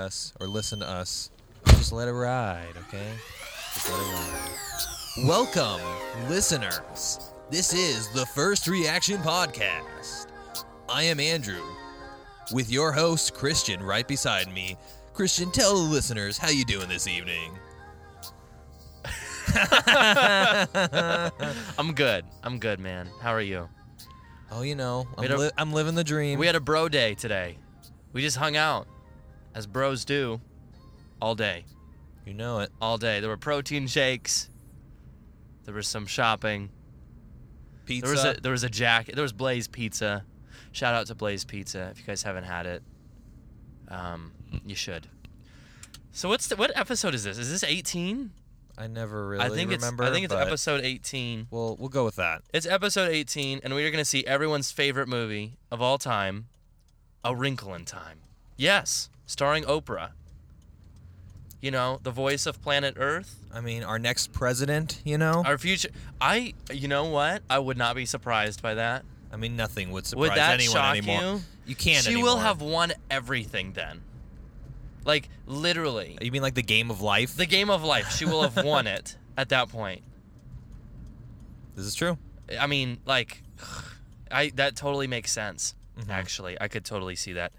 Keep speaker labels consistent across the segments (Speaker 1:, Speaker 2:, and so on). Speaker 1: us or listen to us, just let it ride, okay? Just let it ride. Welcome, listeners. This is the First Reaction Podcast. I am Andrew, with your host Christian right beside me. Christian, tell the listeners how you doing this evening.
Speaker 2: I'm good. I'm good, man. How are you?
Speaker 1: Oh, you know,
Speaker 2: We
Speaker 1: I'm,
Speaker 2: don't-
Speaker 1: li- I'm living the dream.
Speaker 2: We had a bro day today. We just hung out, as bros do, all day.
Speaker 1: you know it.
Speaker 2: All day. There were protein shakes. There was some shopping.
Speaker 1: Pizza.
Speaker 2: There was a there was a jacket. There was Blaze Pizza. Shout out to Blaze Pizza if you guys haven't had it. Um, you should. So what's the, what episode is this? Is this 18?
Speaker 1: I never really
Speaker 2: I think
Speaker 1: remember.
Speaker 2: it's I think it's
Speaker 1: but-
Speaker 2: episode 18.
Speaker 1: Well, we'll go with that.
Speaker 2: It's episode 18, and we are going to see everyone's favorite movie of all time, A Wrinkle in Time. Yes, starring Oprah. You know, the voice of planet Earth,
Speaker 1: I mean, our next president, you know?
Speaker 2: our future. I, you know what? I would not be surprised by that.
Speaker 1: I mean, nothing would surprise
Speaker 2: Would that
Speaker 1: anyone
Speaker 2: shock
Speaker 1: anymore.
Speaker 2: you?
Speaker 1: can't.
Speaker 2: she
Speaker 1: anymore.
Speaker 2: will have won everything then. Like, literally.
Speaker 1: You mean like the game of life?
Speaker 2: The game of life, she will have won it at that point.
Speaker 1: this is true.
Speaker 2: I mean, like, I that totally makes sense.
Speaker 1: Mhm.
Speaker 2: Actually, I could totally see that.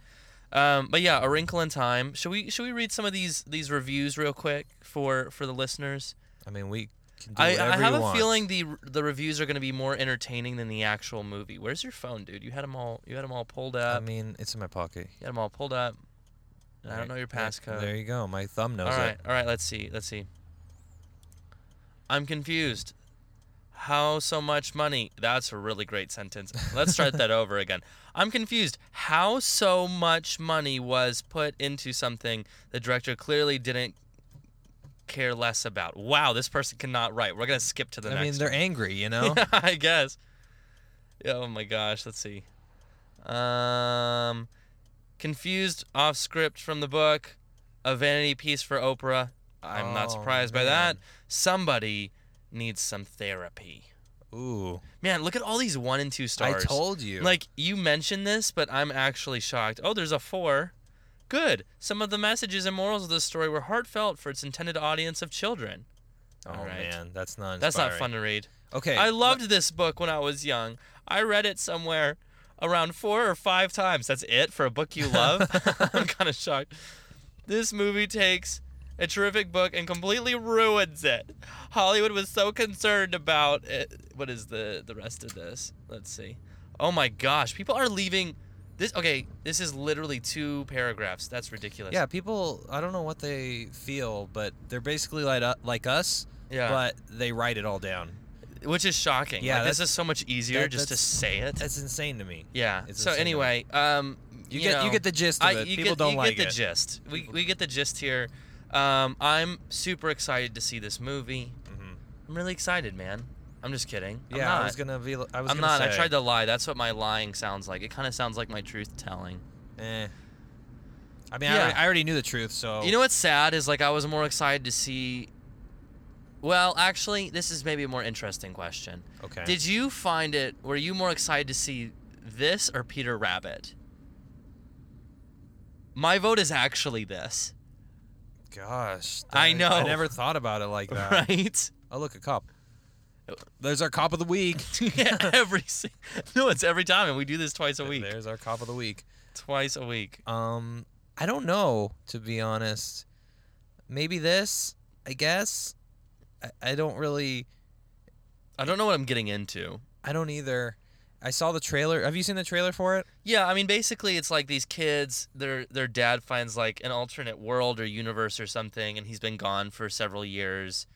Speaker 2: Um, but yeah, a wrinkle in time. Should we should we read some of these these reviews real quick for for the listeners?
Speaker 1: I mean, we can do
Speaker 2: I,
Speaker 1: whatever
Speaker 2: I have
Speaker 1: you
Speaker 2: a
Speaker 1: want.
Speaker 2: feeling the the reviews are going to be more entertaining than the actual movie. Where's your phone, dude? You had them all you had 'em all pulled up.
Speaker 1: I mean, it's in my pocket.
Speaker 2: you had them all pulled up. uh, I
Speaker 1: Right,
Speaker 2: don't know your
Speaker 1: there-
Speaker 2: passcode.
Speaker 1: There you go. My thumb knows
Speaker 2: All right,
Speaker 1: it.
Speaker 2: all right. Let's see. Let's see. I'm confused. How so much money? That's a really great sentence. Let's start that over again. I'm confused. How so much money was put into something the director clearly didn't care less about? Wow, this person cannot write. We're gonna skip to the
Speaker 1: I mean,
Speaker 2: next.
Speaker 1: they're angry, you know.
Speaker 2: one. I guess. Yeah, Oh my gosh. Let's see. Um, confused off script from the book, a vanity piece for Oprah. I'm not
Speaker 1: Oh,
Speaker 2: surprised by
Speaker 1: man.
Speaker 2: that. Somebody needs some therapy.
Speaker 1: Ooh,
Speaker 2: Man, look at all these one and two stars.
Speaker 1: I told you.
Speaker 2: Like you mentioned this, but I'm actually shocked. Oh, there's a four. Good. Some of the messages and morals of this story were heartfelt for its intended audience of children.
Speaker 1: oh
Speaker 2: all right.
Speaker 1: man, that's not. Inspiring.
Speaker 2: That's not fun to read.
Speaker 1: Okay,
Speaker 2: I
Speaker 1: let-
Speaker 2: loved this book when I was young. I read it somewhere around four or five times. That's it for a book you love? I'm kind of shocked. This movie takes a terrific book and completely ruins it. Hollywood was so concerned about it. What is the the rest of this? Let's see. Oh my gosh, people are leaving this okay, this is literally two paragraphs. That's ridiculous.
Speaker 1: Yeah, people. I don't know what they feel, but they're basically like u- like us,
Speaker 2: Yeah.
Speaker 1: but they write it all down.
Speaker 2: Which is shocking.
Speaker 1: Yeah,
Speaker 2: Yeah. this
Speaker 1: that's-
Speaker 2: is so much easier
Speaker 1: that-
Speaker 2: just to
Speaker 1: that's-
Speaker 2: say it.
Speaker 1: That's insane to me.
Speaker 2: Yeah.
Speaker 1: It's
Speaker 2: So
Speaker 1: insane.
Speaker 2: anyway, um,
Speaker 1: You, get you
Speaker 2: know,
Speaker 1: get the gist of
Speaker 2: I,
Speaker 1: it.
Speaker 2: you
Speaker 1: people
Speaker 2: get,
Speaker 1: don't
Speaker 2: you
Speaker 1: like
Speaker 2: get
Speaker 1: it.
Speaker 2: the gist. We,
Speaker 1: People-
Speaker 2: we get the gist here. Um, I'm super excited to see this movie.
Speaker 1: Mhm.
Speaker 2: I'm really excited, man. I'm just kidding. I'm
Speaker 1: Yeah,
Speaker 2: not.
Speaker 1: I was gonna be. I was
Speaker 2: I'm
Speaker 1: gonna
Speaker 2: not. I
Speaker 1: say,
Speaker 2: tried to lie. That's what my lying sounds like. It kind of sounds like my truth telling.
Speaker 1: Eh. I mean, I,
Speaker 2: Yeah.
Speaker 1: already, I already knew the truth, so
Speaker 2: You know what's sad is like I was more excited to see. Well, actually, this is maybe a more interesting question.
Speaker 1: Okay.
Speaker 2: Did you find it? Were you more excited to see this or Peter Rabbit? My vote is actually this,
Speaker 1: Gosh,
Speaker 2: I
Speaker 1: I
Speaker 2: know.
Speaker 1: never thought about it like that.
Speaker 2: right?
Speaker 1: Oh, look, a cop. There's our cop of the week.
Speaker 2: every si- no, it's every time, and we do this twice a week.
Speaker 1: There's our cop of the week.
Speaker 2: Twice a week.
Speaker 1: Um, I don't know to be honest. Maybe this, I guess. I, I don't really.
Speaker 2: I don't know what I'm getting into.
Speaker 1: I don't either. I saw the trailer. Have you seen the trailer for it?
Speaker 2: Yeah, I mean, basically, it's like these kids. Their their dad finds like an alternate world or universe or something, and he's been gone for several years,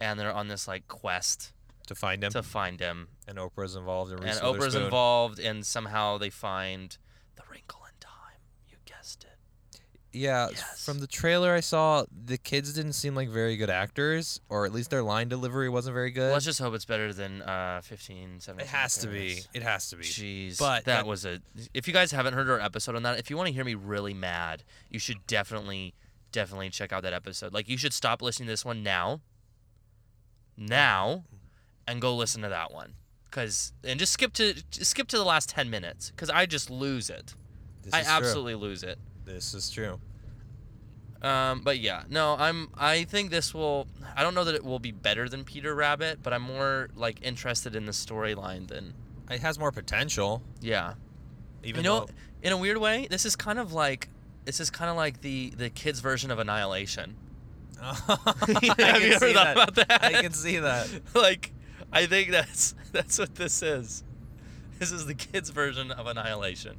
Speaker 2: and they're on this like quest
Speaker 1: To find him,
Speaker 2: to find him.
Speaker 1: and Oprah's involved. And, Reese
Speaker 2: and Oprah's
Speaker 1: Witherspoon.
Speaker 2: involved, and somehow they find the wrinkle in time. You guessed it.
Speaker 1: Yeah, s-
Speaker 2: Yes.
Speaker 1: from the trailer I saw, the kids didn't seem like very good actors, or at least their line delivery wasn't very good.
Speaker 2: Let's just hope it's better than uh, 15, 17.
Speaker 1: Uh, it has to be.
Speaker 2: Paris.
Speaker 1: It has to be.
Speaker 2: Jeez,
Speaker 1: But
Speaker 2: but that
Speaker 1: that-
Speaker 2: was a. If you guys haven't heard our episode on that, if you want to hear me really mad, you should definitely, definitely check out that episode. Like, you should stop listening to this one now, now, and go listen to that one. Cause and just skip to just skip to the last ten minutes. Cause I just lose it.
Speaker 1: This
Speaker 2: I
Speaker 1: is true.
Speaker 2: absolutely lose it.
Speaker 1: This is true.
Speaker 2: Um, but yeah, no, I'm. I think this will. I don't know that it will be better than Peter Rabbit, but I'm more like interested in the storyline than.
Speaker 1: It has more potential,
Speaker 2: Yeah,
Speaker 1: even
Speaker 2: you know,
Speaker 1: though
Speaker 2: in a weird way, this is kind of like this is kind of like the the kids version of Annihilation.
Speaker 1: I
Speaker 2: Have
Speaker 1: can
Speaker 2: you ever
Speaker 1: see
Speaker 2: thought about that?
Speaker 1: I can see that.
Speaker 2: like, I think that's that's what this is. This is the kids version of Annihilation.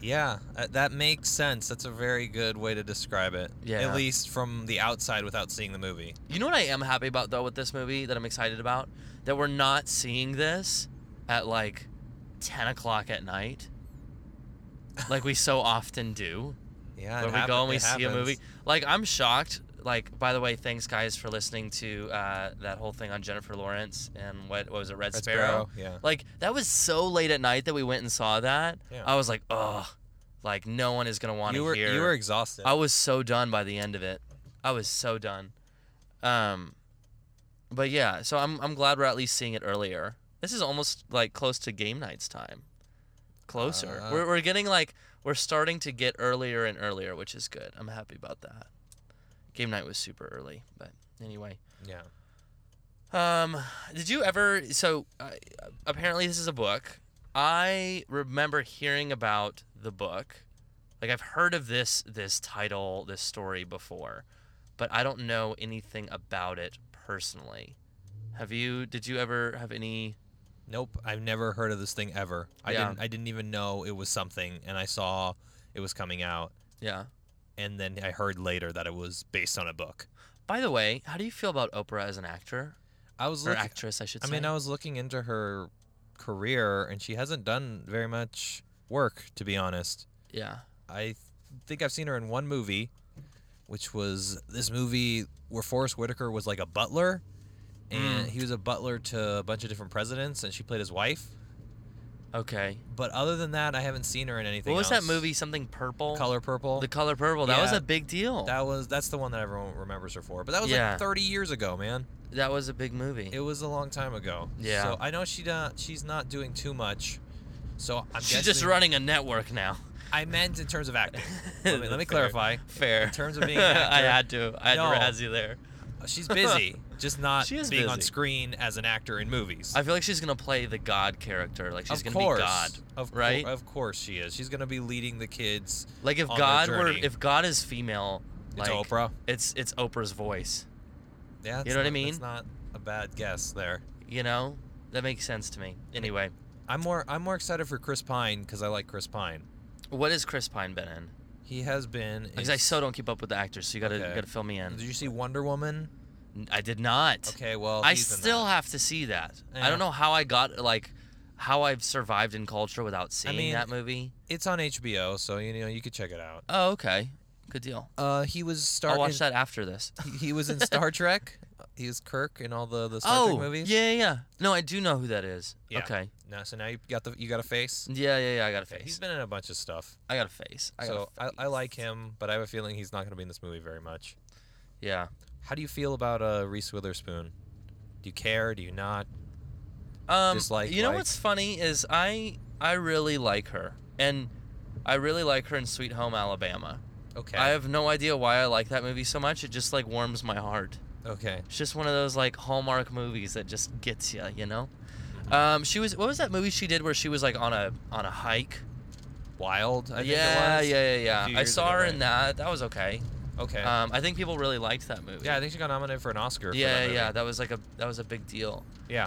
Speaker 1: Yeah, uh, that makes sense. That's a very good way to describe it.
Speaker 2: Yeah.
Speaker 1: At least from the outside without seeing the movie.
Speaker 2: You know what I am happy about though with this movie that I'm excited about that we're not seeing this at like 10 o'clock at night, like we so often do.
Speaker 1: Yeah.
Speaker 2: where
Speaker 1: it
Speaker 2: we
Speaker 1: happen-
Speaker 2: go and we
Speaker 1: it
Speaker 2: see a
Speaker 1: happens.
Speaker 2: movie. Like I'm shocked. Like by the way, thanks guys for listening to uh, that whole thing on Jennifer Lawrence and what, what was it, Red,
Speaker 1: Red
Speaker 2: Sparrow?
Speaker 1: Sparrow, Yeah.
Speaker 2: Like that was so late at night that we went and saw that.
Speaker 1: Yeah.
Speaker 2: I was like, oh, like no one is gonna want
Speaker 1: You
Speaker 2: to
Speaker 1: were
Speaker 2: hear. Oh,
Speaker 1: you were exhausted.
Speaker 2: I was so done by the end of it. I was so done. Um, but yeah, so I'm I'm glad we're at least seeing it earlier. This is almost like close to game night's time. Closer.
Speaker 1: Uh.
Speaker 2: we're we're getting like we're starting to get earlier and earlier, which is good. I'm happy about that. Game night was super early, but anyway.
Speaker 1: yeah.
Speaker 2: Um, did you ever? So uh, apparently, this is a book. I remember hearing about the book. Like I've heard of this this title, this story before, but I don't know anything about it personally. Have you? Did you ever have any?
Speaker 1: Nope. I've never heard of this thing ever. I
Speaker 2: Yeah.
Speaker 1: didn't I didn't even know it was something and I saw it was coming out
Speaker 2: Yeah.
Speaker 1: and then I heard later that it was based on a book.
Speaker 2: By the way, how do you feel about Oprah as an actor
Speaker 1: I was
Speaker 2: or
Speaker 1: looking
Speaker 2: actress? I should
Speaker 1: I
Speaker 2: say.
Speaker 1: mean, I was looking into her career and she hasn't done very much work to be honest.
Speaker 2: yeah.
Speaker 1: I th- think I've seen her in one movie, which was this movie where Forrest Whitaker was like a butler,
Speaker 2: Mm.
Speaker 1: and he was a butler to a bunch of different presidents, and she played his wife.
Speaker 2: Okay.
Speaker 1: But other than that, I haven't seen her in anything.
Speaker 2: What was that
Speaker 1: else.
Speaker 2: movie? Something purple.
Speaker 1: Color Purple.
Speaker 2: The color purple. That was
Speaker 1: Yeah.
Speaker 2: a big deal. That,
Speaker 1: that was that's the one that everyone remembers her for. But that was
Speaker 2: Yeah.
Speaker 1: like 30 years ago, man.
Speaker 2: was a big movie.
Speaker 1: It was a long time ago.
Speaker 2: Yeah.
Speaker 1: So I know she do- she's not doing too much. So I'm
Speaker 2: She's
Speaker 1: guessing,
Speaker 2: just running a network now.
Speaker 1: I meant in terms of acting. let me, let me clarify.
Speaker 2: Fair.
Speaker 1: In terms of being an
Speaker 2: I
Speaker 1: actor,
Speaker 2: had to. I had
Speaker 1: no.
Speaker 2: to razz you there.
Speaker 1: She's busy, just not
Speaker 2: She is
Speaker 1: being on
Speaker 2: busy.
Speaker 1: screen as an actor in movies.
Speaker 2: I feel like she's gonna play the God character. Like she's
Speaker 1: of
Speaker 2: gonna
Speaker 1: course,
Speaker 2: be God.
Speaker 1: of cour-
Speaker 2: right?
Speaker 1: of course she is. She's gonna be leading the kids.
Speaker 2: Like if
Speaker 1: on their
Speaker 2: God were,
Speaker 1: journey.
Speaker 2: if God is female, like
Speaker 1: it's Oprah.
Speaker 2: It's it's Oprah's voice.
Speaker 1: Yeah, it's
Speaker 2: know what I
Speaker 1: not-
Speaker 2: mean?
Speaker 1: It's not a bad guess there.
Speaker 2: You know, that makes sense to me. Anyway,
Speaker 1: I'm more I'm more excited for Chris Pine because I like Chris Pine.
Speaker 2: what has Chris Pine been in?
Speaker 1: He has been.
Speaker 2: Because
Speaker 1: in-
Speaker 2: I so don't keep up with the actors, so you gotta
Speaker 1: Okay.
Speaker 2: you gotta fill me in.
Speaker 1: Did you see Wonder Woman?
Speaker 2: N- I did not.
Speaker 1: Okay, well
Speaker 2: I
Speaker 1: he's in
Speaker 2: still
Speaker 1: that.
Speaker 2: have to see that. I
Speaker 1: Yeah.
Speaker 2: don't know how I got like how I've survived in culture without seeing
Speaker 1: mean,
Speaker 2: that movie.
Speaker 1: It's on HBO, so you know you could check it out.
Speaker 2: Oh, okay. Good deal.
Speaker 1: Uh, he was star.
Speaker 2: I'll watch
Speaker 1: in-
Speaker 2: that after this.
Speaker 1: he- He was in Star Trek. He was Kirk in all the the Star
Speaker 2: oh,
Speaker 1: Trek movies.
Speaker 2: yeah, yeah, yeah. No, I do know who that is.
Speaker 1: Yeah.
Speaker 2: Okay.
Speaker 1: Now, so now you got the you got a face.
Speaker 2: Yeah, yeah, yeah. I got a
Speaker 1: Okay, He's
Speaker 2: face.
Speaker 1: been in a bunch of stuff.
Speaker 2: I got a face. I got a
Speaker 1: so Mm, I, I
Speaker 2: face.
Speaker 1: like him, but I have a feeling he's not going to be in this movie very much.
Speaker 2: Yeah.
Speaker 1: How do you feel about uh, Reese Witherspoon? Do you care? Do you not?
Speaker 2: Um,
Speaker 1: Dislike,
Speaker 2: you know
Speaker 1: like-
Speaker 2: what's funny is I I really like her and I really like her in Sweet Home Alabama.
Speaker 1: Okay.
Speaker 2: I have no idea why I like that movie so much. It just like warms my heart.
Speaker 1: okay.
Speaker 2: It's just one of those like Hallmark movies that just gets you, you know.
Speaker 1: Mm-hmm.
Speaker 2: Um, she was what was that movie she did where she was like on a on a hike?
Speaker 1: Wild. I think
Speaker 2: yeah,
Speaker 1: it was.
Speaker 2: yeah, yeah,
Speaker 1: few
Speaker 2: yeah. I
Speaker 1: years
Speaker 2: saw
Speaker 1: ago,
Speaker 2: her
Speaker 1: right?
Speaker 2: in that. That was okay.
Speaker 1: Okay.
Speaker 2: Um, I think people really liked that movie.
Speaker 1: yeah, I think she got nominated for an Oscar. for
Speaker 2: yeah,
Speaker 1: that movie.
Speaker 2: yeah. That was like a that was a big deal.
Speaker 1: Yeah.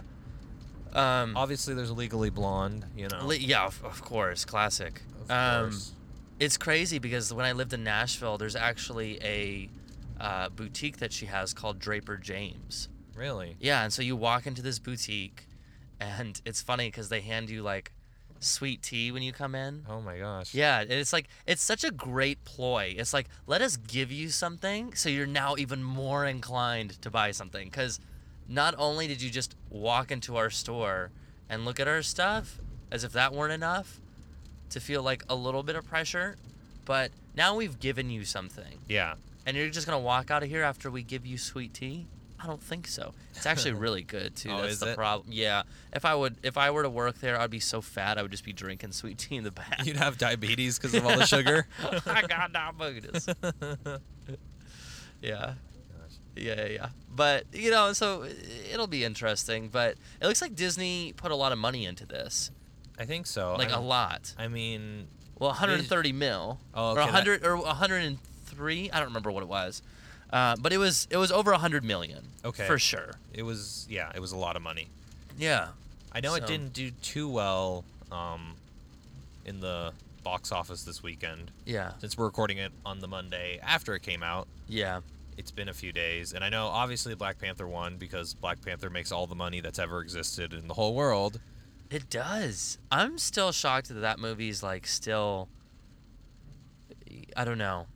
Speaker 2: Um,
Speaker 1: Obviously, there's Legally Blonde. You know.
Speaker 2: li- yeah, of, of course, classic.
Speaker 1: of
Speaker 2: um,
Speaker 1: course.
Speaker 2: It's crazy because when I lived in Nashville, there's actually a uh, boutique that she has called Draper James.
Speaker 1: Really.
Speaker 2: Yeah, and so you walk into this boutique, and it's funny because they hand you like sweet tea when you come in.
Speaker 1: Oh my gosh.
Speaker 2: Yeah, and it's like it's such a great ploy. It's like let us give you something so you're now even more inclined to buy something cuz not only did you just walk into our store and look at our stuff as if that weren't enough to feel like a little bit of pressure, but now we've given you something
Speaker 1: Yeah.
Speaker 2: and you're just going to walk out of here after we give you sweet tea. I don't think so. It's actually really good too.
Speaker 1: Oh,
Speaker 2: That's
Speaker 1: is
Speaker 2: the
Speaker 1: it?
Speaker 2: problem. Yeah. If I would, if I were to work there, I'd be so fat I would just be drinking sweet tea in the back.
Speaker 1: You'd have diabetes because of all the sugar.
Speaker 2: I got diabetes. yeah. Yeah, yeah, yeah. But you know, so it'll be interesting. But it looks like Disney put a lot of money into this,
Speaker 1: I think so.
Speaker 2: like
Speaker 1: I,
Speaker 2: a lot.
Speaker 1: I mean,
Speaker 2: Well, 130 mil,
Speaker 1: Oh,
Speaker 2: or
Speaker 1: okay, that-
Speaker 2: 100 or 103. I don't remember what it was, uh, but it was it was over 100 million.
Speaker 1: Okay.
Speaker 2: for sure.
Speaker 1: it was yeah, it was a lot of money.
Speaker 2: Yeah,
Speaker 1: I know it
Speaker 2: So-
Speaker 1: didn't do too well um, in the box office this weekend.
Speaker 2: yeah,
Speaker 1: Since we're recording it on the Monday after it came out,
Speaker 2: yeah,
Speaker 1: it's been a few days, and I know obviously Black Panther won because Black Panther makes all the money that's ever existed in the whole world.
Speaker 2: it does. I'm still shocked that that movie's like still. I don't know.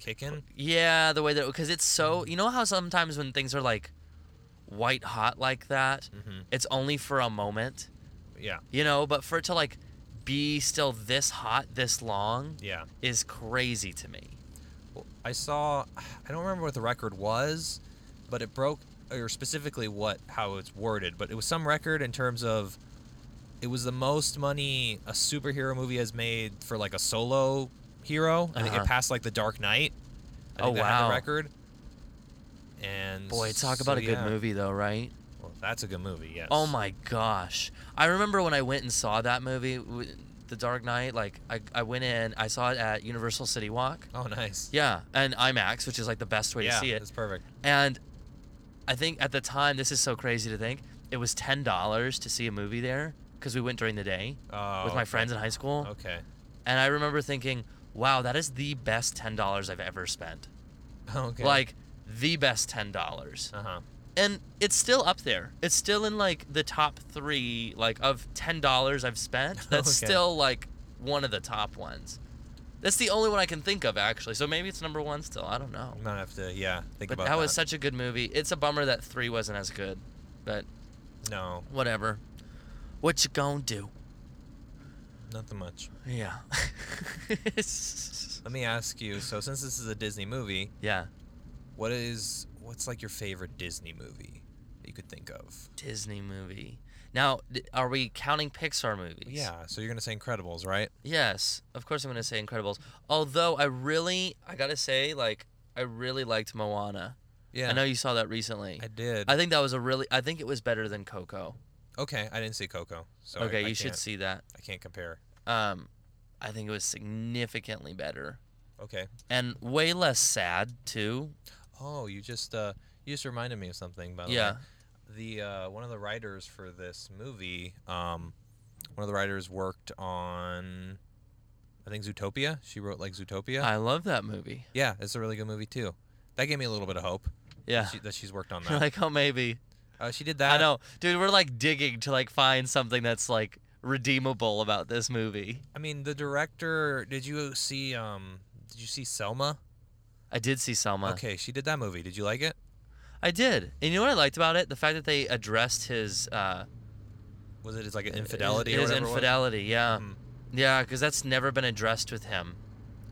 Speaker 1: Kicking.
Speaker 2: Yeah, the way that because it's so you know how sometimes when things are like white hot like that,
Speaker 1: Mhm.
Speaker 2: it's only for a moment,
Speaker 1: Yeah,
Speaker 2: you know. But for it to like be still this hot this long
Speaker 1: yeah.
Speaker 2: is crazy to me.
Speaker 1: Well, I saw. I don't remember what the record was, but it broke, or specifically what how it's worded. But it was some record in terms of. It was the most money a superhero movie has made for like a solo hero. I think
Speaker 2: Uh-huh.
Speaker 1: it passed like The Dark Knight. I
Speaker 2: Oh,
Speaker 1: think that had
Speaker 2: wow.
Speaker 1: the record. And
Speaker 2: Boy, talk
Speaker 1: so,
Speaker 2: about a good
Speaker 1: yeah.
Speaker 2: movie though, right?
Speaker 1: Well, that's a good movie. Yes.
Speaker 2: Oh my gosh. I remember when I went and saw that movie, w- The Dark Knight, like I, I went in, I saw it at Universal City Walk.
Speaker 1: Oh, nice.
Speaker 2: Yeah, and IMAX, which is like the best way
Speaker 1: yeah,
Speaker 2: to see it.
Speaker 1: That's perfect.
Speaker 2: And I think at the time, this is so crazy to think, it was $10 to see a movie there because we went during the day
Speaker 1: Oh,
Speaker 2: with my
Speaker 1: okay.
Speaker 2: friends in high school.
Speaker 1: Okay.
Speaker 2: And I remember thinking, wow, that is the best $10 I've ever spent.
Speaker 1: Okay.
Speaker 2: Like, the best $10.
Speaker 1: Uh huh.
Speaker 2: and it's still up there. It's still in like the top three, like of ten dollars I've spent. That's
Speaker 1: Okay.
Speaker 2: still like one of the top ones. That's the only one I can think of actually. So maybe it's number one still. I don't know.
Speaker 1: I'm gonna have to. Yeah. Think
Speaker 2: But
Speaker 1: about
Speaker 2: that, was such a good movie. It's a bummer that three wasn't as good, but
Speaker 1: No,
Speaker 2: whatever. What you gonna do?
Speaker 1: nothing much.
Speaker 2: Yeah.
Speaker 1: Let me ask you. So, since this is a Disney movie,
Speaker 2: yeah.
Speaker 1: what is what's like your favorite Disney movie that you could think of?
Speaker 2: Disney movie. Now, d- are we counting Pixar movies?
Speaker 1: Yeah. So you're gonna say Incredibles, right?
Speaker 2: Yes, of course I'm gonna say Incredibles. Although I really, I gotta say, like I really liked Moana.
Speaker 1: Yeah.
Speaker 2: I know you saw that recently.
Speaker 1: I did.
Speaker 2: I think that was a really. I think it was better than Coco.
Speaker 1: okay, I didn't see Coco, so I-
Speaker 2: okay,
Speaker 1: I
Speaker 2: you should
Speaker 1: can't-
Speaker 2: see that.
Speaker 1: I can't compare.
Speaker 2: Um, I think it was significantly better
Speaker 1: Okay.
Speaker 2: and way less sad too.
Speaker 1: Oh, you just uh, you just reminded me of something. By the
Speaker 2: Yeah.
Speaker 1: way, the uh, one of the writers for this movie, um, one of the writers worked on, I think Zootopia. She wrote like Zootopia.
Speaker 2: I love that movie.
Speaker 1: yeah, it's a really good movie too. That gave me a little bit of hope
Speaker 2: Yeah.
Speaker 1: that, she, that she's worked on that.
Speaker 2: like oh maybe.
Speaker 1: Uh, she did that.
Speaker 2: I know, dude. We're like digging to like find something that's like redeemable about this movie.
Speaker 1: I mean, the director. Did you see? Um, did you see Selma?
Speaker 2: I did see Selma.
Speaker 1: Okay, she did that movie. Did you like it?
Speaker 2: I did. And you know what I liked about it? The fact that they addressed his uh,
Speaker 1: Was it it's like an infidelity?
Speaker 2: His,
Speaker 1: or whatever it was?
Speaker 2: infidelity, yeah,
Speaker 1: Mhm.
Speaker 2: yeah, because that's never been addressed with him.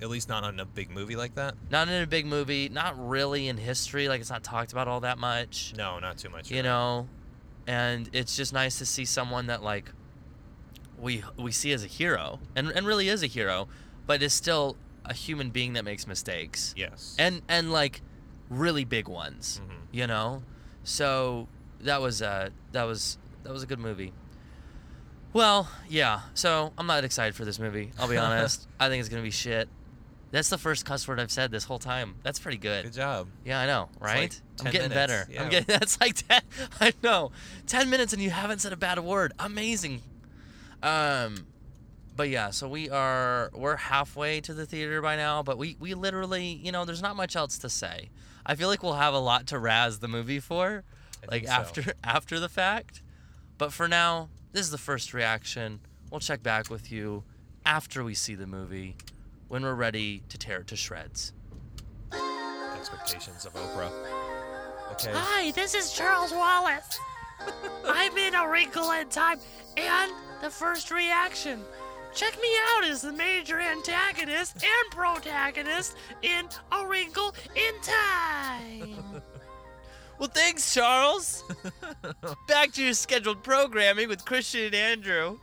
Speaker 1: At least not on a big movie like that.
Speaker 2: Not in a big movie. Not really in history. Like it's not talked about all that much.
Speaker 1: No, not too much.
Speaker 2: You
Speaker 1: you're right.
Speaker 2: know, and it's just nice to see someone that like we we see as a hero and and really is a hero, but is still a human being that makes mistakes
Speaker 1: Yes.
Speaker 2: and and like really big ones.
Speaker 1: Mhm.
Speaker 2: you know so that was uh that was that was a good movie well yeah so i'm not excited for this movie i'll be honest i think it's gonna be shit that's the first cuss word i've said this whole time that's pretty good
Speaker 1: Good job.
Speaker 2: yeah i know
Speaker 1: like
Speaker 2: right i'm
Speaker 1: 10
Speaker 2: getting
Speaker 1: minutes,
Speaker 2: better i'm
Speaker 1: yeah.
Speaker 2: getting that's like 10 i know 10 minutes and you haven't said a bad word amazing um but yeah so we are we're halfway to the theater by now but we we literally you know there's not much else to say i feel like we'll have a lot to razz the movie for
Speaker 1: I
Speaker 2: like
Speaker 1: think so.
Speaker 2: after after the fact but for now this is the first reaction we'll check back with you after we see the movie when we're ready to tear it to shreds
Speaker 1: Expectations of Oprah. Okay.
Speaker 2: Ah.
Speaker 3: Hi, this is Charles Wallace. I'm in A Wrinkle in Time and The First Reaction. Check me out as the major antagonist and protagonist in A Wrinkle in Time.
Speaker 2: Well, thanks, Charles. Back to your scheduled programming with Christian and Andrew.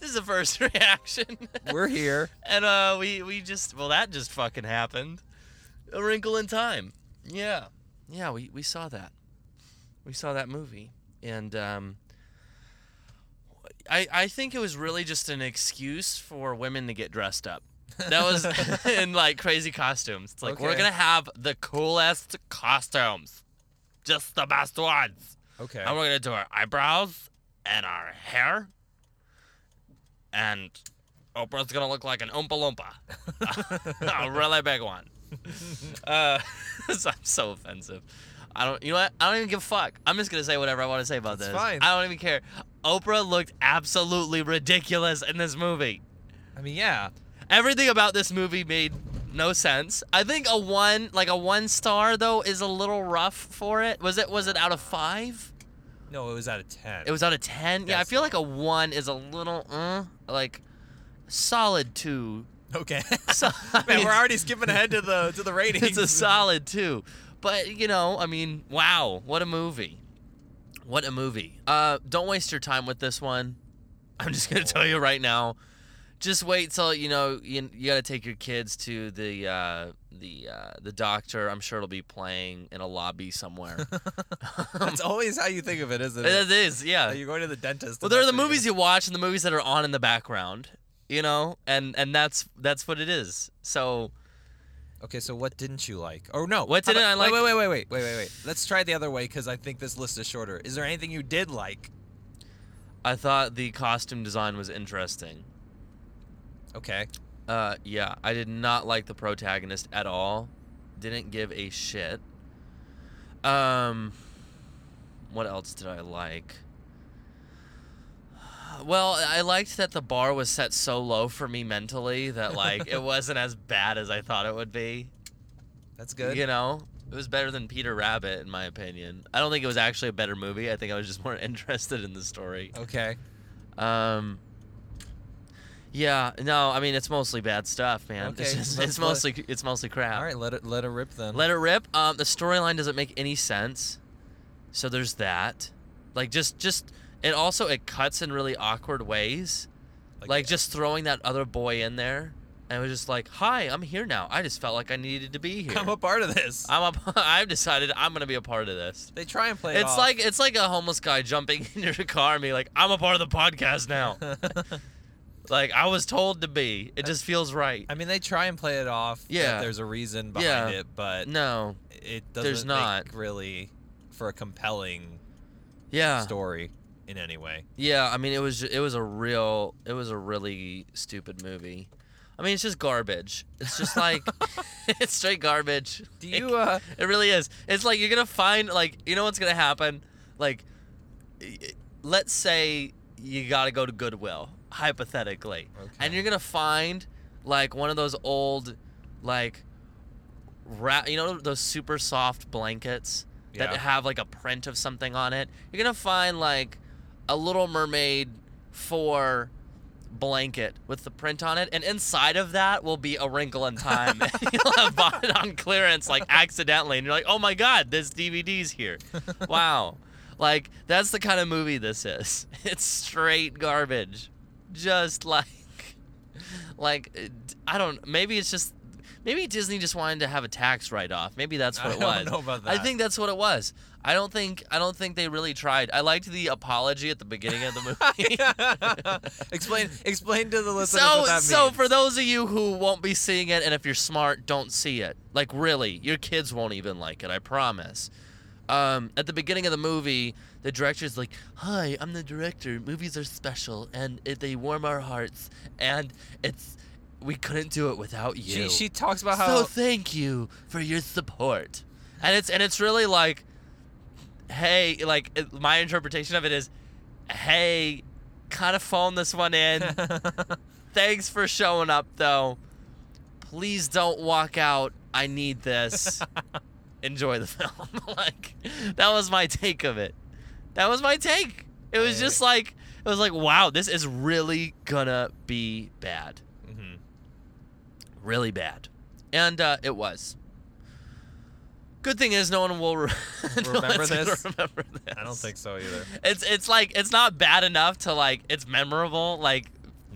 Speaker 2: This is the first reaction.
Speaker 1: We're here.
Speaker 2: And uh, we we just well that just fucking happened. A Wrinkle in Time. Yeah, yeah. We we saw that. We saw that movie, and um, I I think it was really just an excuse for women to get dressed up. That was in like crazy costumes. It's like we're
Speaker 1: Okay.
Speaker 2: gonna have the coolest costumes, just the best ones.
Speaker 1: Okay.
Speaker 2: And we're gonna do our eyebrows and our hair. And Oprah's gonna look like an Oompa Loompa. a really big one. Uh, so I'm so offensive. I don't. You know what? I don't even give a fuck. I'm just gonna say whatever I want to say about
Speaker 1: That's
Speaker 2: this.
Speaker 1: fine.
Speaker 2: I don't even care. Oprah looked absolutely ridiculous in this movie.
Speaker 1: I mean, yeah.
Speaker 2: Everything about this movie made no sense. I think a one, like a one star though, is a little rough for it. Was it? Was it out of five?
Speaker 1: No, it was out of ten.
Speaker 2: It was out of ten. Yeah, I
Speaker 1: Yes.
Speaker 2: feel like a one is a little, uh, like, solid two.
Speaker 1: okay.
Speaker 2: So, I
Speaker 1: Man,
Speaker 2: mean,
Speaker 1: we're already skipping ahead to the to the ratings.
Speaker 2: it's a solid two, but you know, I mean, wow, what a movie! What a movie! Uh, don't waste your time with this one. I'm just gonna tell you right now. Just wait till you know you, you got to take your kids to the uh, the uh, the doctor. I'm sure it'll be playing in a lobby somewhere.
Speaker 1: That's always how you think of it, isn't it?
Speaker 2: it is, yeah.
Speaker 1: You're going to the dentist.
Speaker 2: Well,
Speaker 1: and
Speaker 2: there are
Speaker 1: that's
Speaker 2: the
Speaker 1: what you're
Speaker 2: movies you watch and the movies that are on in the background, you know, and and that's that's what it is. So
Speaker 1: Okay, so what didn't you like? Oh no,
Speaker 2: What
Speaker 1: how
Speaker 2: didn't
Speaker 1: about-
Speaker 2: I like?
Speaker 1: Wait, wait, wait, wait, wait, wait, wait. Let's try the other way because I think this list is shorter. Is there anything you did like?
Speaker 2: I thought the costume design was interesting.
Speaker 1: Okay,
Speaker 2: Uh, yeah, I did not like the protagonist at all. Didn't give a shit. Um, what else did I like? Well, I liked that the bar was set so low for me mentally that like it wasn't as bad as I thought it would be.
Speaker 1: that's good.
Speaker 2: You know, it was better than Peter Rabbit, in my opinion. I don't think it was actually a better movie. I think I was just more interested in the story.
Speaker 1: Okay,
Speaker 2: Um, yeah, no, I mean it's mostly bad stuff, man. it's,
Speaker 1: Okay,
Speaker 2: just,
Speaker 1: let's
Speaker 2: it's
Speaker 1: let-
Speaker 2: mostly it's mostly crap.
Speaker 1: all right. Let it let it rip then.
Speaker 2: Let it rip. Um, the storyline doesn't make any sense, so there's that. Like just just it also it cuts in really awkward ways. Like, just throwing that other boy in there, and it was just like, "Hi, I'm here now. I just felt like I needed to be here."
Speaker 1: I'm a part of this.
Speaker 2: I'm a, I've decided I'm gonna be a part of this.
Speaker 1: they try and play. it
Speaker 2: It's
Speaker 1: off.
Speaker 2: like it's like a homeless guy jumping into your car and being like, "I'm a part of the podcast now." like I was told to be. It just feels right.
Speaker 1: I mean, they try and play it off. that
Speaker 2: Yeah.
Speaker 1: there's a reason behind
Speaker 2: Yeah.
Speaker 1: it, but
Speaker 2: No.
Speaker 1: it doesn't.
Speaker 2: there's not.
Speaker 1: make really for a compelling
Speaker 2: Yeah.
Speaker 1: story in any way.
Speaker 2: Yeah. I mean, it was it was a real it was a really stupid movie. I mean, it's just garbage. It's just like it's straight garbage.
Speaker 1: Do you? Uh,
Speaker 2: It really is. It's like you're gonna find like you know what's gonna happen. Like, y- y- let's say you gotta go to Goodwill hypothetically, and
Speaker 1: Okay.
Speaker 2: you're gonna find like one of those old, like, wrap. You know those super soft blankets that
Speaker 1: Yeah.
Speaker 2: have like a print of something on it. You're gonna find like a Little Mermaid four blanket with the print on it, and inside of that will be a wrinkle in time. You'll have bought it on clearance like accidentally, and you're like, oh my god, this DVD's here. Wow. Like that's the kind of movie this is. It's straight garbage. Just like like uh, d- I don't maybe it's just maybe Disney just wanted to have a tax write off. Maybe that's what
Speaker 1: I
Speaker 2: it
Speaker 1: don't
Speaker 2: was.
Speaker 1: know about
Speaker 2: I
Speaker 1: that.
Speaker 2: think that's what it was. I don't think I don't think they really tried. I liked the apology at the beginning of the movie.
Speaker 1: explain explain to the listeners
Speaker 2: uh, so
Speaker 1: what that
Speaker 2: so
Speaker 1: means.
Speaker 2: for those of you who won't be seeing it and if you're smart don't see it like really your kids won't even like it i promise um, at the beginning of the movie the director's like hi i'm the director movies are special and it, they warm our hearts and it's we couldn't do it without you
Speaker 1: she, she talks about how
Speaker 2: so thank you for your support and it's and it's really like hey like it- my interpretation of it is hey kind of phone this one in
Speaker 1: Mm-hmm.
Speaker 2: Thanks for showing up, though. Please don't walk out. I need this. Enjoy the film. like that was my take of it. That was my take. It was just like it was like, wow, this is really gonna be bad,
Speaker 1: Mhm.
Speaker 2: really bad, and uh, it was. Good thing is no one will re- no
Speaker 1: Remember
Speaker 2: one's gonna
Speaker 1: this?
Speaker 2: Remember this.
Speaker 1: I don't think so either.
Speaker 2: it's it's like it's not bad enough to like it's memorable like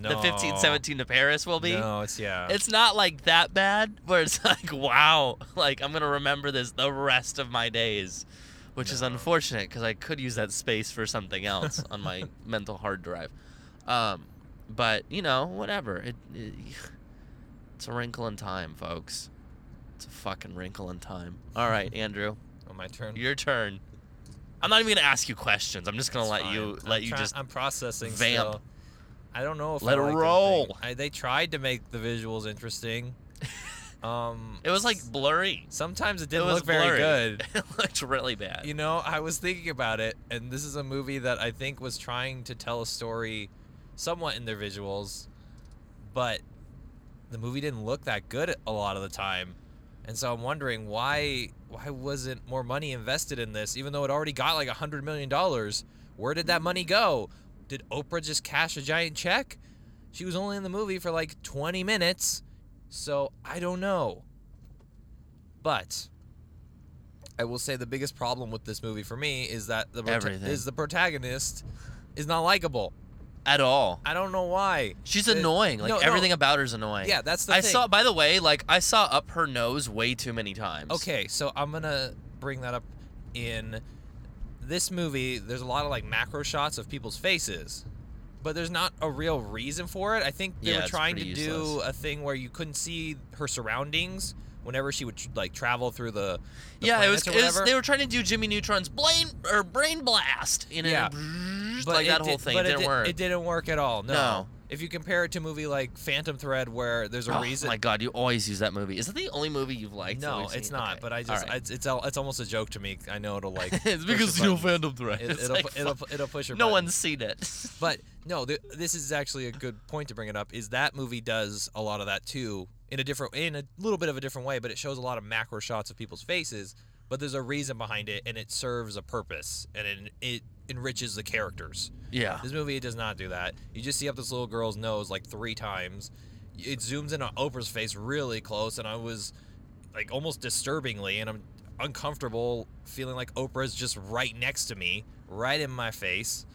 Speaker 2: the
Speaker 1: No.
Speaker 2: 15 17 to Paris will be.
Speaker 1: No, it's yeah.
Speaker 2: It's not like that bad where it's like wow, like I'm going to remember this the rest of my days, which is
Speaker 1: No.
Speaker 2: unfortunate cuz I could use that space for something else on my mental hard drive. Um but, you know, whatever. It, it it's a wrinkle in time, folks. It's a fucking wrinkle in time. All right, Andrew.
Speaker 1: oh, my turn.
Speaker 2: Your turn. I'm not even gonna ask you questions. I'm just gonna
Speaker 1: It's
Speaker 2: let
Speaker 1: fine.
Speaker 2: you
Speaker 1: I'm
Speaker 2: let you
Speaker 1: try-
Speaker 2: just.
Speaker 1: I'm processing.
Speaker 2: vamp.
Speaker 1: still. I don't know if
Speaker 2: Let
Speaker 1: I
Speaker 2: it
Speaker 1: like the thing.
Speaker 2: roll.
Speaker 1: I, they tried to make the visuals interesting. Um,
Speaker 2: It was like blurry.
Speaker 1: sometimes it
Speaker 2: It
Speaker 1: didn't
Speaker 2: was
Speaker 1: look very
Speaker 2: blurry.
Speaker 1: good.
Speaker 2: it looked really bad.
Speaker 1: You know, I was thinking about it, and this is a movie that I think was trying to tell a story somewhat in their visuals, but the movie didn't look that good a lot of the time. And so I'm wondering why why wasn't more money invested in this, even though it already got like a hundred million dollars? Where did that money go? Did Oprah just cash a giant check? She was only in the movie for like 20 minutes, so I don't know. But I will say the biggest problem with this movie for me is that the prota-
Speaker 2: Everything.
Speaker 1: is the protagonist is not likable.
Speaker 2: At all.
Speaker 1: I don't know why.
Speaker 2: She's
Speaker 1: It-
Speaker 2: annoying. Like
Speaker 1: no, no.
Speaker 2: everything about her's annoying.
Speaker 1: Yeah, that's the
Speaker 2: I
Speaker 1: thing.
Speaker 2: saw. By the way, like I saw up her nose way too many times.
Speaker 1: Okay, so I'm gonna bring that up in this movie. There's a lot of like macro shots of people's faces, but there's not a real reason for it. I think they
Speaker 2: Yeah,
Speaker 1: were
Speaker 2: it's
Speaker 1: trying to
Speaker 2: pretty
Speaker 1: do
Speaker 2: useless.
Speaker 1: a thing where you couldn't see her surroundings whenever she would tr- like travel through the, the
Speaker 2: yeah, it was,
Speaker 1: planets
Speaker 2: it
Speaker 1: or
Speaker 2: was.
Speaker 1: whatever.
Speaker 2: They were trying to do Jimmy Neutron's brain or brain blast. You know,
Speaker 1: Yeah. But
Speaker 2: like
Speaker 1: it
Speaker 2: that whole
Speaker 1: did-
Speaker 2: thing.
Speaker 1: but
Speaker 2: It didn't
Speaker 1: di-
Speaker 2: work.
Speaker 1: It didn't work at all. No.
Speaker 2: No.
Speaker 1: If you compare it to a movie like Phantom Thread, where there's a
Speaker 2: oh
Speaker 1: reason.
Speaker 2: my god, you always use that movie. Is that the only movie you've liked? that
Speaker 1: no,
Speaker 2: we've
Speaker 1: it's
Speaker 2: seen?
Speaker 1: not.
Speaker 2: Okay.
Speaker 1: But I just
Speaker 2: All right.
Speaker 1: it's, it's al- it's almost a joke to me. I know it'll like.
Speaker 2: it's
Speaker 1: push
Speaker 2: because
Speaker 1: your
Speaker 2: you know
Speaker 1: button.
Speaker 2: Phantom Threat.
Speaker 1: It,
Speaker 2: It's
Speaker 1: it'll,
Speaker 2: like,
Speaker 1: pu- it'll pu- it'll push your
Speaker 2: No
Speaker 1: button.
Speaker 2: one's seen it.
Speaker 1: But no, th- this is actually a good point to bring it up. Is that movie does a lot of that too in a different, in a little bit of a different way, but it shows a lot of macro shots of people's faces. But there's a reason behind it, and it serves a purpose, and it, it enriches the characters.
Speaker 2: yeah.
Speaker 1: This movie does not do that. You just see up this little girl's nose like three times. It zooms in on Oprah's face really close, and I was like almost disturbingly, and I'm uncomfortable feeling like Oprah's just right next to me, right in my face.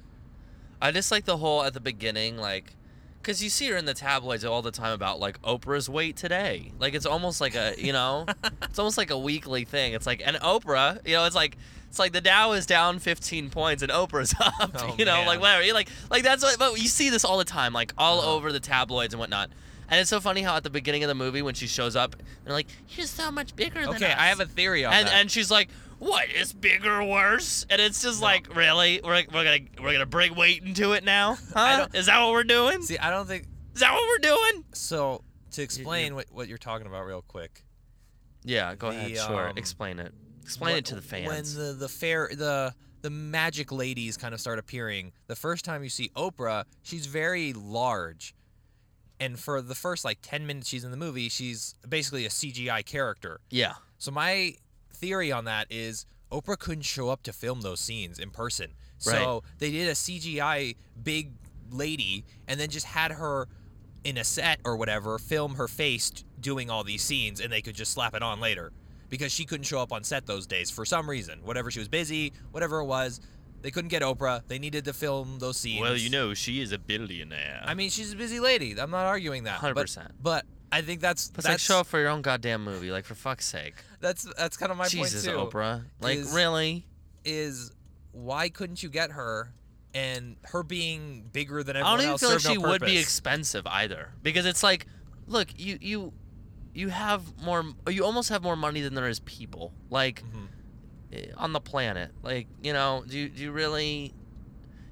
Speaker 2: I just like the whole at the beginning, like, because you see her in the tabloids all the time about like Oprah's weight today. Like it's almost like a you know, it's almost like a weekly thing. It's like and Oprah, you know, it's like it's like the Dow is down 15 points and Oprah's up.
Speaker 1: Oh,
Speaker 2: you know,
Speaker 1: man.
Speaker 2: like whatever. You're like like that's what. But you see this all the time, like all
Speaker 1: Uh-huh.
Speaker 2: over the tabloids and whatnot. And it's so funny how at the beginning of the movie when she shows up, they're like, "She's so much bigger than
Speaker 1: Okay,
Speaker 2: us."
Speaker 1: I have a theory on
Speaker 2: and
Speaker 1: that.
Speaker 2: and she's like what is bigger or worse and it's just
Speaker 1: No.
Speaker 2: like really we're, we're gonna we're gonna bring weight into it now huh
Speaker 1: don't-
Speaker 2: is that what we're doing
Speaker 1: see, I don't think
Speaker 2: is that what we're doing
Speaker 1: so. To explain what, what you're talking about, real quick.
Speaker 2: yeah go
Speaker 1: The,
Speaker 2: ahead sure
Speaker 1: um,
Speaker 2: explain it explain
Speaker 1: Wh-
Speaker 2: it to the fans
Speaker 1: When the the fair the the magic ladies kind of start appearing, the first time you see Oprah, she's very large. And for the first like 10 minutes she's in the movie, she's basically a CGI character.
Speaker 2: yeah
Speaker 1: So my theory on that is Oprah couldn't show up to film those scenes in person. So they did a CGI big lady and then just had her in a set or whatever film her face t- doing all these scenes and they could just slap it on later because she couldn't show up on set those days for some reason. Whatever she was busy, whatever it was, they couldn't get Oprah. They needed to film those scenes.
Speaker 2: know she is a billionaire
Speaker 1: I mean, she's a busy lady. I'm not arguing that. but-
Speaker 2: 100%.
Speaker 1: But, I think that's
Speaker 2: but it's like
Speaker 1: that's
Speaker 2: show up for your own goddamn movie like for fuck's sake
Speaker 1: that's that's kind of my
Speaker 2: jesus
Speaker 1: point too.
Speaker 2: oprah like
Speaker 1: is-
Speaker 2: really
Speaker 1: is why couldn't you get her and her being bigger than
Speaker 2: i
Speaker 1: everyone
Speaker 2: don't even
Speaker 1: else
Speaker 2: feel like
Speaker 1: served
Speaker 2: she
Speaker 1: no
Speaker 2: would be
Speaker 1: purpose.
Speaker 2: expensive either because it's like look you you you have more you almost have more money than there is people like
Speaker 1: Mhm.
Speaker 2: eh, on the planet. Like, you know, do you, do you really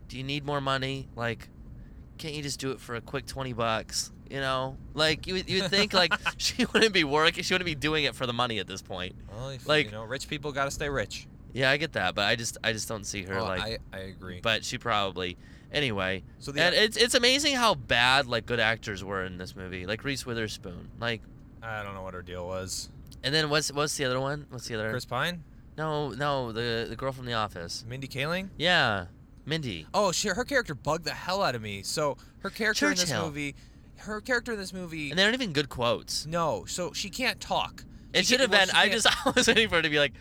Speaker 2: do you need more money? Like, can't you just do it for a quick 20 bucks? You know, like you would- you would think like she wouldn't be working, she wouldn't be doing it for the money at this point.
Speaker 1: well, if,
Speaker 2: like-
Speaker 1: you know, rich people got to stay rich.
Speaker 2: Yeah, I get that, but I just I just don't see her
Speaker 1: Oh,
Speaker 2: like
Speaker 1: I, I agree.
Speaker 2: but she probably anyway.
Speaker 1: so
Speaker 2: And
Speaker 1: the
Speaker 2: it's it's amazing how bad like good actors were in this movie. Like Reese Witherspoon. Like
Speaker 1: I don't know what her deal was.
Speaker 2: and then what's what's the other one? What's the other?
Speaker 1: Chris Pine,
Speaker 2: No, no, the the girl from the office.
Speaker 1: Mindy Kaling.
Speaker 2: Yeah. Mindy.
Speaker 1: Oh, she, her character bugged the hell out of me. So her character in this
Speaker 2: Churchill.
Speaker 1: movie, her character in this movie,
Speaker 2: And they're not even good quotes.
Speaker 1: no. So she can't talk.
Speaker 2: It should
Speaker 1: get-
Speaker 2: have
Speaker 1: well,
Speaker 2: been.
Speaker 1: she
Speaker 2: I
Speaker 1: can't-
Speaker 2: just I was waiting for it to be like,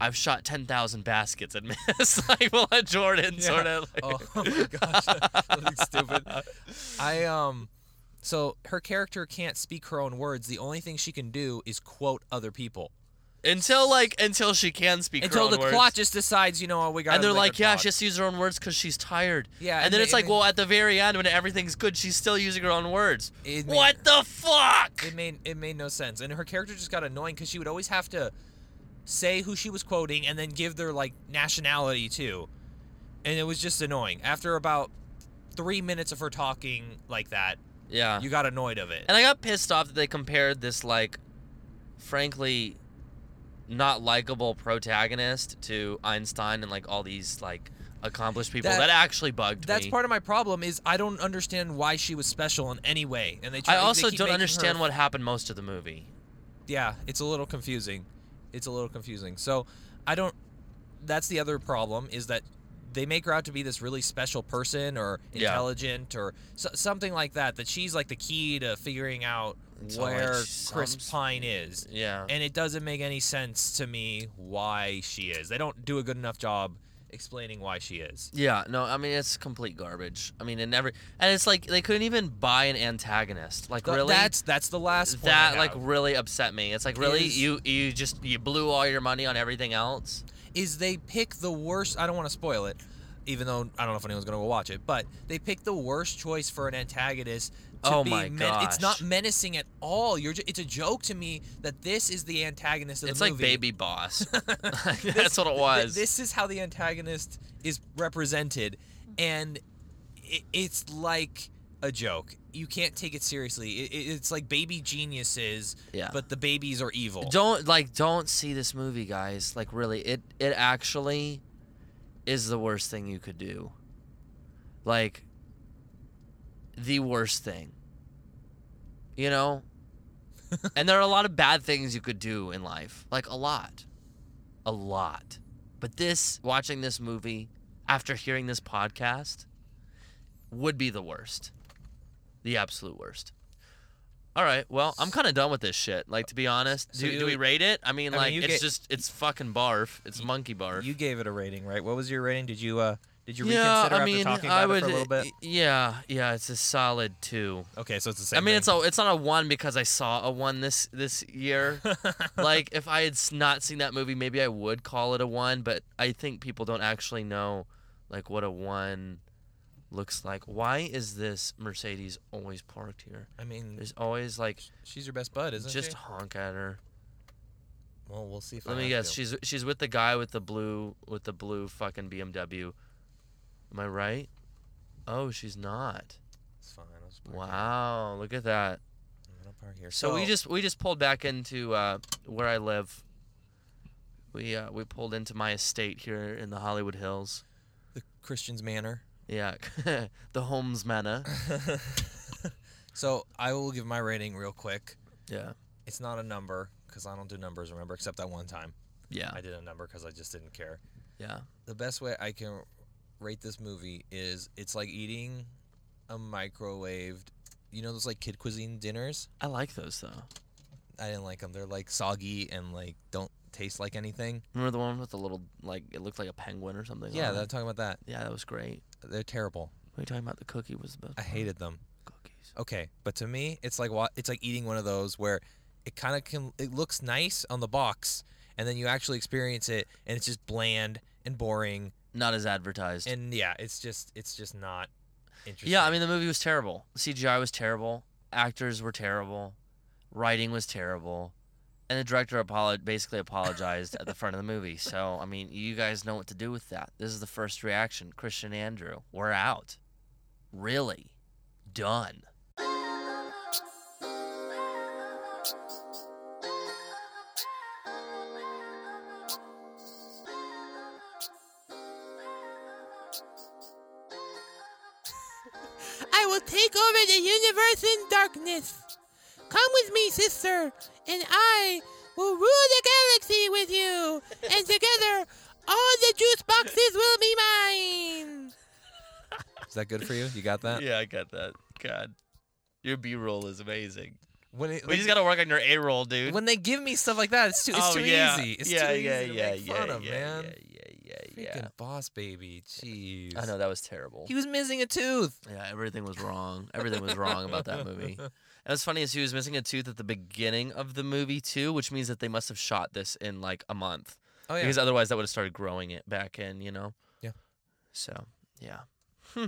Speaker 2: I've shot ten thousand baskets and missed. like, well, Jordan
Speaker 1: Yeah.
Speaker 2: sort of. Like,
Speaker 1: Oh, oh my gosh, that's stupid. I um, so her character can't speak her own words. The only thing she can do is quote other people
Speaker 2: Until like until she can speak her
Speaker 1: until
Speaker 2: own
Speaker 1: the
Speaker 2: words.
Speaker 1: plot just decides. You know what? We got.
Speaker 2: and they're like, yeah, she has to use her own words because she's tired.
Speaker 1: Yeah,
Speaker 2: And,
Speaker 1: and
Speaker 2: then
Speaker 1: they-
Speaker 2: it's like,
Speaker 1: and they-
Speaker 2: well, at the very end when everything's good, she's still using her own words.
Speaker 1: It made-
Speaker 2: What the fuck?
Speaker 1: It made it made no sense, and her character just got annoying because she would always have to say who she was quoting and then give their like nationality too, and it was just annoying. After about three minutes of her talking like that,
Speaker 2: yeah.
Speaker 1: you got annoyed of it.
Speaker 2: And I got pissed off that they compared this like, frankly, not likable protagonist to Einstein and like all these like accomplished people.
Speaker 1: That-
Speaker 2: That, actually bugged
Speaker 1: That's
Speaker 2: me.
Speaker 1: part of my problem is I don't understand why she was special in any way, and they. Try,
Speaker 2: I
Speaker 1: they
Speaker 2: also
Speaker 1: keep
Speaker 2: don't
Speaker 1: making
Speaker 2: understand
Speaker 1: her-
Speaker 2: what happened most of the movie.
Speaker 1: Yeah, it's a little confusing. It's a little confusing. So I don't. That's the other problem is that they make her out to be this really special person or
Speaker 2: Yeah.
Speaker 1: intelligent or so, something like that. That she's like the key to figuring out
Speaker 2: It's all like
Speaker 1: where
Speaker 2: some
Speaker 1: Chris
Speaker 2: s-
Speaker 1: Pine is.
Speaker 2: Yeah.
Speaker 1: And it doesn't make any sense to me why she is. They don't do a good enough job explaining why she is.
Speaker 2: Yeah, no, I mean it's complete garbage. I mean, it never, and it's like they couldn't even buy an antagonist. Like
Speaker 1: Th-
Speaker 2: really,
Speaker 1: That's that's the last point I
Speaker 2: that like
Speaker 1: have.
Speaker 2: really upset me. It's like really,
Speaker 1: Is-
Speaker 2: you you just you blew all your money on everything else.
Speaker 1: is they pick the worst. I don't want to spoil it, even though I don't know if anyone's gonna go watch it. But they pick the worst choice for an antagonist. To
Speaker 2: Oh
Speaker 1: be
Speaker 2: my
Speaker 1: It's not
Speaker 2: gosh.
Speaker 1: menacing at all. You're. Ju- it's a joke to me that this is the antagonist of
Speaker 2: it's
Speaker 1: the
Speaker 2: like
Speaker 1: movie.
Speaker 2: Baby Boss. That's
Speaker 1: This-
Speaker 2: what it
Speaker 1: th-
Speaker 2: was.
Speaker 1: this is how the antagonist is represented, and it, it's like a joke. You can't take it seriously. It, it- it's like baby geniuses,
Speaker 2: Yeah.
Speaker 1: but the babies are evil.
Speaker 2: don't like don't see this movie, guys. Like really, it it actually is the worst thing you could do. Like the worst thing. You know? and there are a lot of bad things you could do in life. Like a lot. A lot. But this watching this movie after hearing this podcast would be the worst. The absolute worst. All right. Well, I'm kind of done with this shit. Like to be honest, do,
Speaker 1: So you-
Speaker 2: do we rate it? I mean,
Speaker 1: I mean,
Speaker 2: like
Speaker 1: you
Speaker 2: it's
Speaker 1: get-
Speaker 2: just it's fucking barf. It's monkey barf.
Speaker 1: You gave it a rating, right? What was your rating? Did you uh did you reconsider
Speaker 2: I
Speaker 1: after
Speaker 2: mean,
Speaker 1: talking
Speaker 2: I
Speaker 1: about it
Speaker 2: would.
Speaker 1: for a little bit?
Speaker 2: Yeah, yeah, it's a solid two.
Speaker 1: Okay, so it's the
Speaker 2: I
Speaker 1: same.
Speaker 2: mean, it's a, it's not a one because I saw a one this this year. like, if I had s- not seen that movie, maybe I would call it a one. But I think people don't actually know, like, what a one looks like. Why is this Mercedes always parked here?
Speaker 1: I mean,
Speaker 2: There's always like
Speaker 1: she's your best bud, isn't
Speaker 2: just
Speaker 1: she?
Speaker 2: honk at her.
Speaker 1: Well, we'll see. If I
Speaker 2: Let me
Speaker 1: have
Speaker 2: guess.
Speaker 1: to.
Speaker 2: She's she's with the guy with the blue with the blue fucking BMW. Am I right? Oh, she's not.
Speaker 1: It's fine. I'll just park here.
Speaker 2: Wow, look at that.
Speaker 1: I'm gonna park here.
Speaker 2: So, we just we just pulled back into uh, where I live. We uh, we pulled into my estate here in the Hollywood Hills.
Speaker 1: the Christian's Manor.
Speaker 2: Yeah, the Holmes Manor.
Speaker 1: So I will give my rating real quick.
Speaker 2: Yeah,
Speaker 1: It's not a number because I don't do numbers. Remember, except that one time
Speaker 2: yeah,
Speaker 1: I did a number because I just didn't care.
Speaker 2: yeah.
Speaker 1: The best way I can rate this movie is it's like eating a microwaved. You know those like kid cuisine dinners?
Speaker 2: I like those though.
Speaker 1: I didn't like them. They're like soggy and like don't taste like anything.
Speaker 2: Remember the one with the little like it looked like a penguin or something?
Speaker 1: yeah,
Speaker 2: on
Speaker 1: that,
Speaker 2: it?
Speaker 1: talking about that.
Speaker 2: yeah, that was great.
Speaker 1: They're terrible.
Speaker 2: What are you talking about? The cookie was the best.
Speaker 1: I
Speaker 2: part.
Speaker 1: hated them.
Speaker 2: cookies.
Speaker 1: Okay, but to me, it's like wa- it's like eating one of those where it kind of can. It looks nice on the box, and then you actually experience it, and it's just bland and boring.
Speaker 2: Not as advertised.
Speaker 1: And yeah, it's just it's just not interesting.
Speaker 2: Yeah, I mean the movie was terrible. CGI was terrible. Actors were terrible. Writing was terrible. And the director apolog- basically apologized at the front of the movie. So, I mean, you guys know what to do with that. This is the first reaction. Christian Andrew, we're out. Really? Done.
Speaker 4: I will take over the universe in darkness. Come with me, sister, and I will rule the galaxy with you, and together all the juice boxes will be mine.
Speaker 1: is that good for you? You got that?
Speaker 2: Yeah, I got that. God. Your B roll is amazing.
Speaker 1: When it,
Speaker 2: We just gotta work on your A roll, dude.
Speaker 1: when they give me stuff like that, it's too it's
Speaker 2: oh,
Speaker 1: too
Speaker 2: yeah.
Speaker 1: easy. It's
Speaker 2: yeah,
Speaker 1: too
Speaker 2: yeah,
Speaker 1: easy to
Speaker 2: yeah,
Speaker 1: make
Speaker 2: yeah,
Speaker 1: fun
Speaker 2: yeah,
Speaker 1: of, man.
Speaker 2: Yeah, yeah, yeah,
Speaker 1: Freaking
Speaker 2: yeah.
Speaker 1: boss baby. Jeez.
Speaker 2: I know that was terrible.
Speaker 1: He was missing a tooth.
Speaker 2: Yeah, everything was wrong. Everything was wrong about that movie. And what's funny is he was missing a tooth at the beginning of the movie too, which means that they must have shot this in like a month.
Speaker 1: Oh yeah.
Speaker 2: Because otherwise that would have started growing it back in, you know?
Speaker 1: Yeah.
Speaker 2: So yeah.